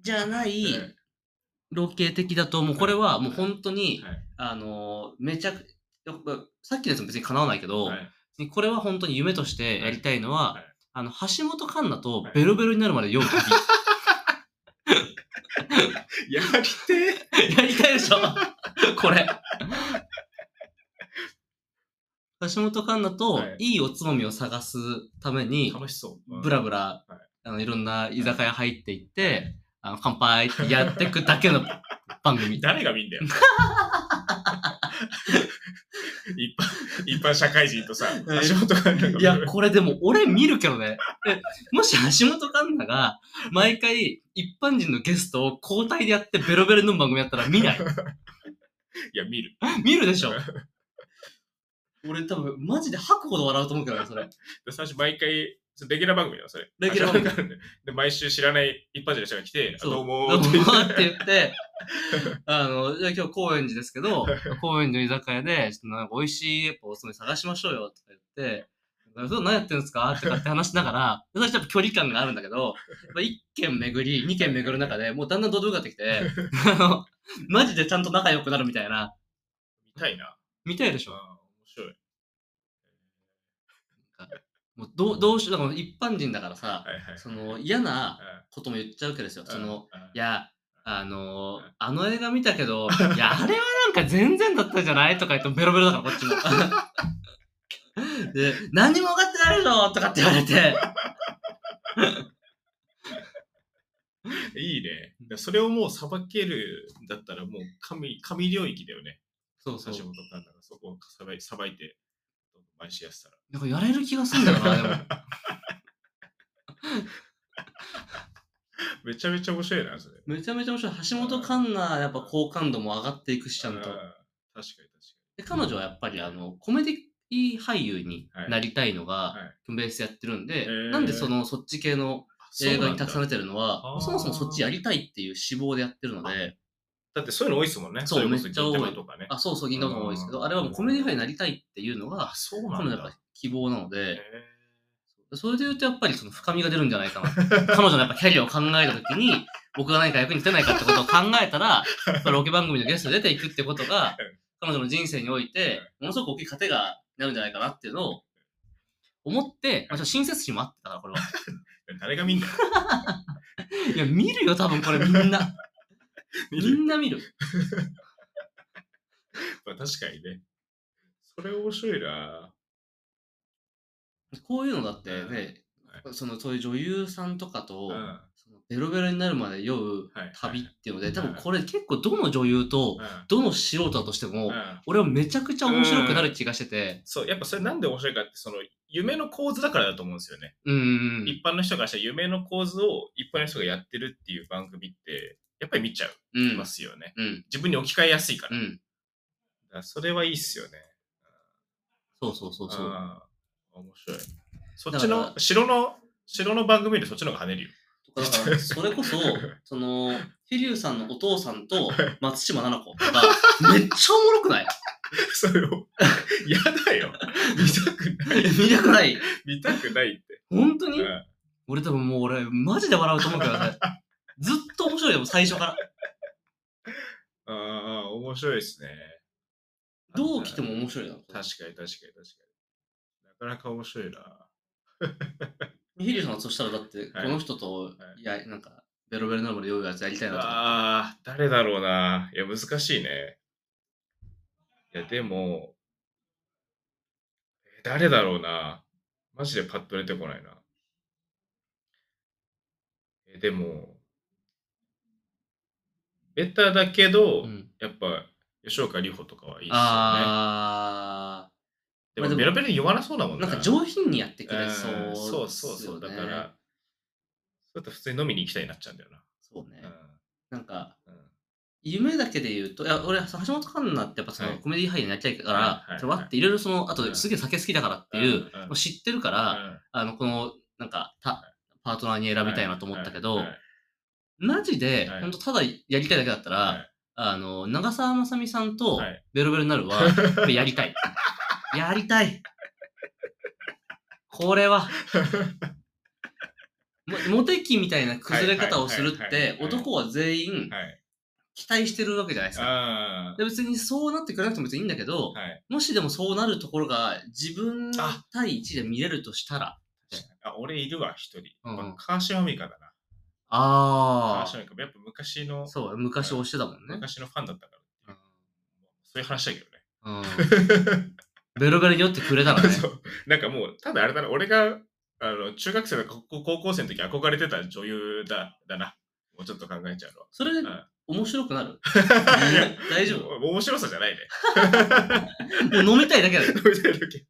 Speaker 2: じゃない
Speaker 1: うん
Speaker 2: ロケ的だと、もうこれはもう本当に、
Speaker 1: はい
Speaker 2: あのー、めちゃく、やっぱさっきのやつも別に叶わないけど、
Speaker 1: はい
Speaker 2: これは本当に夢としてやりたいのは、
Speaker 1: はい
Speaker 2: あの、橋本環奈と
Speaker 1: はい
Speaker 2: ベロベロになるまで酔う旅。
Speaker 1: やりて
Speaker 2: やりたいでしょこれ。橋本環奈と
Speaker 1: はい
Speaker 2: いいおつまみを探すため
Speaker 1: え
Speaker 2: に、
Speaker 1: 楽しそう。
Speaker 2: ブラブラ、
Speaker 1: はい
Speaker 2: あのいろんな居酒屋入っていって、あの乾杯ってやってくだけ の番組。
Speaker 1: 誰が見んだよ。一般、一般社会人とさ、橋本環奈が見る
Speaker 2: いや、これでも俺見るけどね。えもし橋本環奈が毎回一般人のゲストを交代でやってベロベロの番組やったら見ない。
Speaker 1: いや、見る。
Speaker 2: 見るでしょ。 俺多分マジで吐くほど笑うと思うけどね、それ。
Speaker 1: で最初毎回、それレギュラー番組だよ、それ。
Speaker 2: レギュラー番
Speaker 1: 橋
Speaker 2: 組
Speaker 1: 本環奈で、毎週知らない一般人の人が来て、あ
Speaker 2: そう
Speaker 1: どうも
Speaker 2: どう
Speaker 1: ー
Speaker 2: も
Speaker 1: って言って。
Speaker 2: ーって言って、 あの、じゃあ今日高円寺ですけど、高円寺の居酒屋で、ちょっとなんか美味しいやっぱおつまみ探しましょうよとか言って、そう何やってるんですかとかって話しながら、私やっぱ距離感があるんだけど、やっぱ1軒巡り、2軒巡る中で、もうだんだん堂々がってきて、あの、マジでちゃんと仲良くなるみたいな、
Speaker 1: 見たいな。
Speaker 2: 見たいでし
Speaker 1: あー
Speaker 2: ょ
Speaker 1: 面白い。
Speaker 2: もうどう、どうしよう、だから一般人だから
Speaker 1: は、
Speaker 2: さ
Speaker 1: いはい。
Speaker 2: その嫌な
Speaker 1: う
Speaker 2: ことも言っちゃうわけですよ。
Speaker 1: ん、
Speaker 2: その、
Speaker 1: うん、
Speaker 2: いや、あのーあの映画見た けど、いや、あれはなんか全然だったじゃないとか言ってベロベロだから、こっちも。で、何も分かってないでしょとかって言われて、
Speaker 1: いいね。でそれをもう裁けるんだったら、もう神、神領域だよね。
Speaker 2: そうそ
Speaker 1: 橋
Speaker 2: う。
Speaker 1: 本環奈がそこをさばいさばいて、毎週やってたら。
Speaker 2: なんかやれる気がするんだ よな、でも。
Speaker 1: めちゃめちゃ面白いな、それ。
Speaker 2: めちゃめちゃ面白い。橋本環奈、やっぱ好感度も上がっていくし、ちゃんと
Speaker 1: う。確かに確か
Speaker 2: で、彼女はやっぱり、あの、コメディ俳優になりたいのが
Speaker 1: に。、はい。
Speaker 2: ベースやってるんで、
Speaker 1: へー
Speaker 2: なんでその、そっち系の
Speaker 1: あそう
Speaker 2: 映
Speaker 1: なんだ
Speaker 2: 画にたくさん出てるの
Speaker 1: あ、
Speaker 2: は
Speaker 1: ー
Speaker 2: そもそもそっちやりたいっていう志望でやってるので、
Speaker 1: だってそういうの多いですもんね。
Speaker 2: そ
Speaker 1: れ
Speaker 2: う
Speaker 1: こそ
Speaker 2: めっちゃ多い
Speaker 1: 銀玉とかね。
Speaker 2: あ、そうそう、銀河も多いですけ
Speaker 1: う
Speaker 2: ど、
Speaker 1: ん
Speaker 2: あれはもうコメディファイになりたいっていうのが、
Speaker 1: そう
Speaker 2: そのやっぱ。希望なの
Speaker 1: へ
Speaker 2: で、
Speaker 1: え
Speaker 2: それで言うとやっぱりその深みが出るんじゃないかな。彼女のやっぱキャリアを考えたときに、僕が何か役に立てないかってことを考えたら、やっぱロケ番組のゲストで出ていくってことが、彼女の人生において、ものすごく大きい糧がなるんじゃないかなっていうのを思って、まあ、ちょっと親切心もあってたから、これは。
Speaker 1: 誰が見ん だよ。
Speaker 2: いや、見るよ、多分これみんな。
Speaker 1: 見
Speaker 2: み
Speaker 1: る
Speaker 2: んな見る。
Speaker 1: まあ確かにね。それ面白いな。
Speaker 2: こういうのだってね
Speaker 1: う、
Speaker 2: その、そういう女優さんとかと、
Speaker 1: うん。は
Speaker 2: そのベロベロになるまで酔う
Speaker 1: いはい。
Speaker 2: 旅っていうので、多分
Speaker 1: はい
Speaker 2: これ結構どの女優と
Speaker 1: う、ん。
Speaker 2: どの素人だとしても
Speaker 1: う、ん
Speaker 2: 俺はめちゃくちゃ面白くなる気がしてて、
Speaker 1: そう、やっぱそれなんで面白いかって、その、夢の構図だからだと思うんですよね。
Speaker 2: うんうんうん。
Speaker 1: 一般の人からしたら夢の構図を一般の人がやってるっていう番組って、やっぱり見ちゃ
Speaker 2: う
Speaker 1: い
Speaker 2: ん
Speaker 1: ま。すよね。
Speaker 2: うん。
Speaker 1: 自分に置き換えやすいから。
Speaker 2: う
Speaker 1: だ
Speaker 2: ん。
Speaker 1: からそれはいいっすよね。
Speaker 2: そうそうそうそう。
Speaker 1: あー面白い。そっち
Speaker 2: だか
Speaker 1: の、城の、城の番組よりそっちの方が跳ねるよ。
Speaker 2: だから、それ こそ、その、フィリューさんのお父さんと松島菜々子とか、めっちゃおもろく ない
Speaker 1: それを、 やだ よ。見たくない。
Speaker 2: 見たくない
Speaker 1: 見たくないって。
Speaker 2: 本当
Speaker 1: う
Speaker 2: に、
Speaker 1: ん
Speaker 2: 俺多分もう俺、マジで笑うと思うけ どね。ずっと面白いでも最初から。
Speaker 1: ああ、面白いですね。
Speaker 2: どう来ても面白いな。
Speaker 1: 確かに確かに確かに。なかなか面白いな。
Speaker 2: ヒリューさんはそしたらだって、こ
Speaker 1: はい
Speaker 2: の人と、い、や、なんか、ベロベロになるまで酔うやつやりたいなとか。
Speaker 1: ああ、誰だろうな。いや、難しいね。いや、でも、え誰だろうな。マジでパッと出てこないな。え、でも、ベタだけど、
Speaker 2: うん
Speaker 1: やっぱ、吉岡里帆とかはいいっすよね。
Speaker 2: あ
Speaker 1: で
Speaker 2: まあで
Speaker 1: も
Speaker 2: も
Speaker 1: ベラベラで言わなそうだもん
Speaker 2: なんか上品にやってくれそうっすよね、
Speaker 1: んそうそうそう。だから、そうやって普通に飲みに行きたいになっちゃうんだよな。
Speaker 2: そうね
Speaker 1: うん
Speaker 2: なんか
Speaker 1: うん
Speaker 2: 夢だけで言うといや俺橋本環奈ってやっぱその、
Speaker 1: はい
Speaker 2: コメディ俳優になりたいか
Speaker 1: はいは
Speaker 2: ら
Speaker 1: い
Speaker 2: それわっていろいろそのあ
Speaker 1: は
Speaker 2: と
Speaker 1: い
Speaker 2: すげえ酒好きだからっていう、
Speaker 1: うんうん
Speaker 2: もう知ってるから、
Speaker 1: うん
Speaker 2: あのこのなんかたパートナーに選びたいなと思ったけど、
Speaker 1: はいはい
Speaker 2: マジで、
Speaker 1: はい
Speaker 2: ほんとただやりたいだけだったら、
Speaker 1: はい
Speaker 2: あの、長澤まさみさんと
Speaker 1: はい
Speaker 2: ベロベロにな るは、やっぱやりたい。やりたい。これは。もモテ期みたいな崩れ方をするっ
Speaker 1: はいはいはい
Speaker 2: て
Speaker 1: は、い
Speaker 2: 男は全員
Speaker 1: はい
Speaker 2: 期待してるわけじゃないですか。
Speaker 1: あー
Speaker 2: で別にそうなってくれなくても別にいいんだけど、
Speaker 1: はい
Speaker 2: もしでもそうなるところが自分
Speaker 1: あ
Speaker 2: 対一で見れるとしたら、
Speaker 1: あ俺いるわ、一人。
Speaker 2: うんうん
Speaker 1: まあ川島美香だな。川
Speaker 2: あ
Speaker 1: 島美香。やっぱ昔の
Speaker 2: あ、、そう、昔推してたもんね。
Speaker 1: 昔のファンだったからっていう。そういう話だけどね。
Speaker 2: うん。ベロベロに酔ってくれたらね。
Speaker 1: そうなんかもう、ただあれだな、俺があの中学生とか高高校生の時憧れてた女優だだな。もうちょっと考えちゃうのは。
Speaker 2: それで
Speaker 1: うん
Speaker 2: 面白くなる
Speaker 1: いや
Speaker 2: 大丈夫
Speaker 1: もう面白さじゃない ね。
Speaker 2: もう飲みたいだけだよ。
Speaker 1: 飲みたいだけ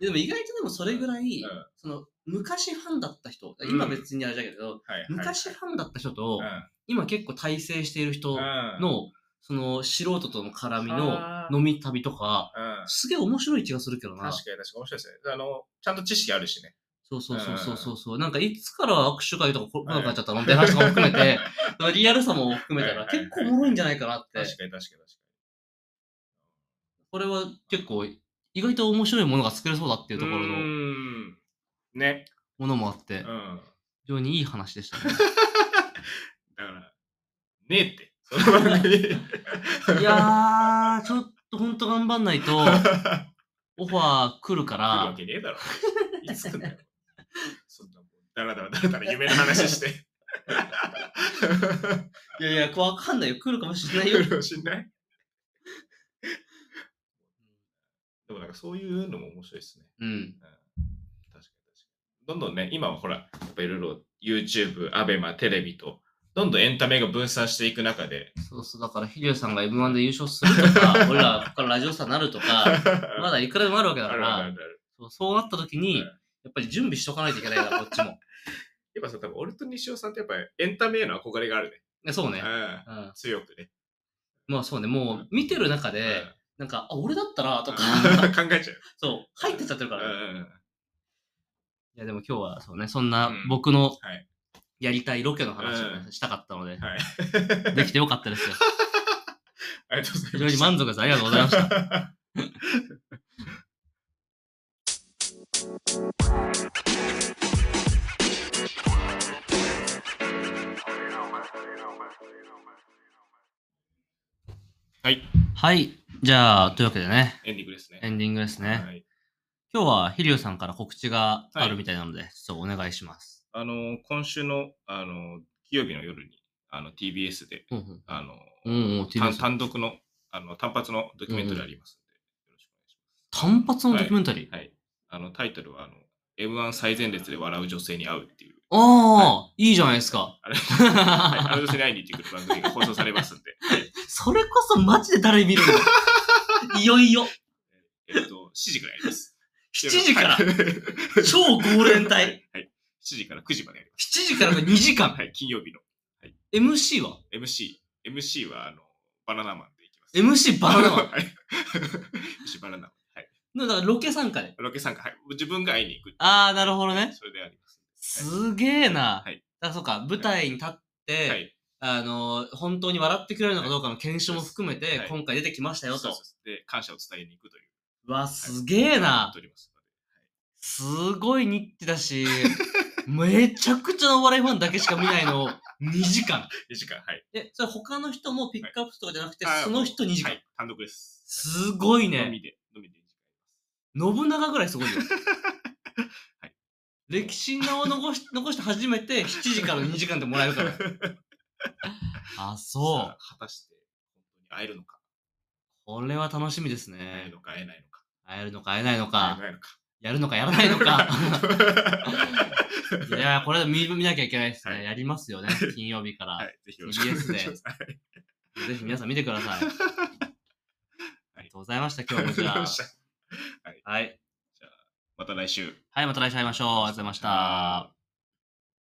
Speaker 2: でも意外とでもそれぐらい、
Speaker 1: うん
Speaker 2: その昔ファンだった人、
Speaker 1: ん
Speaker 2: 今別にあれだけど、
Speaker 1: はいはい
Speaker 2: 昔ファンだった人と
Speaker 1: うん、
Speaker 2: 今結構大成している人
Speaker 1: うん
Speaker 2: の、その素人との絡み
Speaker 1: あ
Speaker 2: の
Speaker 1: ー
Speaker 2: 飲み旅とか、
Speaker 1: うん
Speaker 2: すげえ面白い気がするけど
Speaker 1: 確か
Speaker 2: な
Speaker 1: に。確かに面白いですね。あの、ちゃんと知識あるしね。
Speaker 2: そうそうそうそ
Speaker 1: う
Speaker 2: う
Speaker 1: ん
Speaker 2: そうそう。なんかいつから握手会とか来来なくなっちゃったのみたいな話とかも 含めて、そのリアルさも含めたら
Speaker 1: はいはいは
Speaker 2: 結
Speaker 1: い
Speaker 2: 構おもろいんじゃないかなって。
Speaker 1: 確かに確かに確か
Speaker 2: これは結構意外と面白いものが作れそうだってい
Speaker 1: に。
Speaker 2: うところ
Speaker 1: うー
Speaker 2: の
Speaker 1: んね。
Speaker 2: ものもあって
Speaker 1: う、ん。
Speaker 2: 非常にいい話でしたね。
Speaker 1: だから、ねえって。その番組
Speaker 2: いやー、ちょっとほんと頑張んない と、オファー来るか
Speaker 1: 来るわ
Speaker 2: ら、
Speaker 1: けねえだろ。いつ来んだよ。そんなもん、だらだらだらだら夢の話して。
Speaker 2: いやいや、こうわかんないよ。来るかもしれないよ
Speaker 1: 来。るかもしんない でもなんかそういうのも面白いですね。
Speaker 2: うん。
Speaker 1: 確かに確かに。どんどんね、今はほら、やっぱいろいろ YouTube、ABEMA、テレビと、どんどんエンタメが分散していく中 で、
Speaker 2: そうそう、だからヒデさんが M1 で優勝すると か、俺らここからラジオスターになるとか、まだいくらでもあるわけだか
Speaker 1: あるあるある
Speaker 2: ら、
Speaker 1: ある
Speaker 2: そうそうなった時に、やっぱり準備しとかないといけないから、こっちも。
Speaker 1: やっぱさ、多分俺と西尾さんってやっぱりエンタメへの憧れがあるね。
Speaker 2: いやそう
Speaker 1: う
Speaker 2: ね。
Speaker 1: ん、
Speaker 2: うん。
Speaker 1: 強くね。
Speaker 2: まあそうね、もう見てる中で、なんか、あ、俺だったら、
Speaker 1: う
Speaker 2: と
Speaker 1: ん
Speaker 2: か、
Speaker 1: 考えちゃう。
Speaker 2: そう、入ってっちゃってるからね。
Speaker 1: うん
Speaker 2: いや、でも今日はそうね、そんな
Speaker 1: うん
Speaker 2: 僕の
Speaker 1: はい
Speaker 2: やりたいロケの話をね
Speaker 1: う
Speaker 2: したかったので、
Speaker 1: はい。
Speaker 2: できてよかっ たですよ。
Speaker 1: ありがとうござい
Speaker 2: 非常
Speaker 1: ま
Speaker 2: に
Speaker 1: す。
Speaker 2: 満足です。ありがとうございました。
Speaker 1: はい、
Speaker 2: はい。じゃあ、というわけでね、
Speaker 1: エンディングですね。
Speaker 2: エンディングですね。
Speaker 1: はい
Speaker 2: 今日はヒリオさんから告知があるみたいなので、ちょっとお願いします。
Speaker 1: あの、今週の、あの、金曜日の夜に、あの、TBS で、
Speaker 2: うんうん。
Speaker 1: あの、
Speaker 2: うんうん、
Speaker 1: 単
Speaker 2: TBS。
Speaker 1: 単独の、あの、単発のドキュメンタリーありますんで、よろしくお願いし
Speaker 2: 単発のドキュメンタリー。
Speaker 1: ます。はい。あの、タイトルは、あの、M1 最前列で笑う女性に会うっていう、
Speaker 2: ああ、いいじゃないですか。
Speaker 1: あれ、はい、あの女性に会いに行ってくる番組が放送されますんで、 はい
Speaker 2: それこそマジで誰見る のいよいよ、
Speaker 1: えっと、7時からやります。
Speaker 2: 7時から
Speaker 1: はい、
Speaker 2: 超豪連
Speaker 1: は
Speaker 2: 隊。
Speaker 1: い。はい。7時から9時までやりま
Speaker 2: 7時からが2時
Speaker 1: す。
Speaker 2: 間。
Speaker 1: はい、金曜日の
Speaker 2: MC は
Speaker 1: MC。MC は、あの、バナナマンでいきます。
Speaker 2: ?MC バナナマン
Speaker 1: はい。MC バナナマン。はい。。
Speaker 2: だからロケ参加で。
Speaker 1: ロケ参加、はい。自分が会いに行く。
Speaker 2: ああ、なるほどね。
Speaker 1: それであります。
Speaker 2: すげえな。
Speaker 1: はい
Speaker 2: だからそうか、舞台に立って、
Speaker 1: はい。
Speaker 2: あのー本当に笑ってくれるのかどうかの検証も含めて、
Speaker 1: はい
Speaker 2: 今回出てきましたよ
Speaker 1: そう
Speaker 2: と。
Speaker 1: そうそうで、感謝を伝えに行くという。
Speaker 2: うわ、すげえな。
Speaker 1: 取りますので。
Speaker 2: すごいニッチだ し、めちゃくちゃなお笑いファンだけしか見ないのを2時間。
Speaker 1: 2時間、はい。
Speaker 2: え、それ他の人もピックアップとかじゃなくて、
Speaker 1: あー
Speaker 2: その人2時間。
Speaker 1: はい単独です。
Speaker 2: すごい
Speaker 1: の
Speaker 2: ね。
Speaker 1: みで、のみで2時
Speaker 2: 信長ぐらいすごい よ。
Speaker 1: はい
Speaker 2: 歴史の名を残し 残して初めて7時から2時間でもらえる から。 あ、
Speaker 1: 間
Speaker 2: そ
Speaker 1: です。さあ果たして、本当に会えるのか、
Speaker 2: う。これは楽しみです
Speaker 1: 会える
Speaker 2: ね。
Speaker 1: のか、会えないのか、
Speaker 2: 会えるのか会えないのか、
Speaker 1: 会えるのか。
Speaker 2: やるのかやらないのか。い
Speaker 1: は
Speaker 2: や、これ見見なきゃいけないですね。
Speaker 1: はい
Speaker 2: やりますよね。金曜日から。
Speaker 1: い、ぜひよろしくお願いします。はい
Speaker 2: ぜひ皆さん見てください。
Speaker 1: はい
Speaker 2: とうございました、今日もじゃ あ。はい。
Speaker 1: また来週。
Speaker 2: はい、また来週会いましょう。ありがとうございました。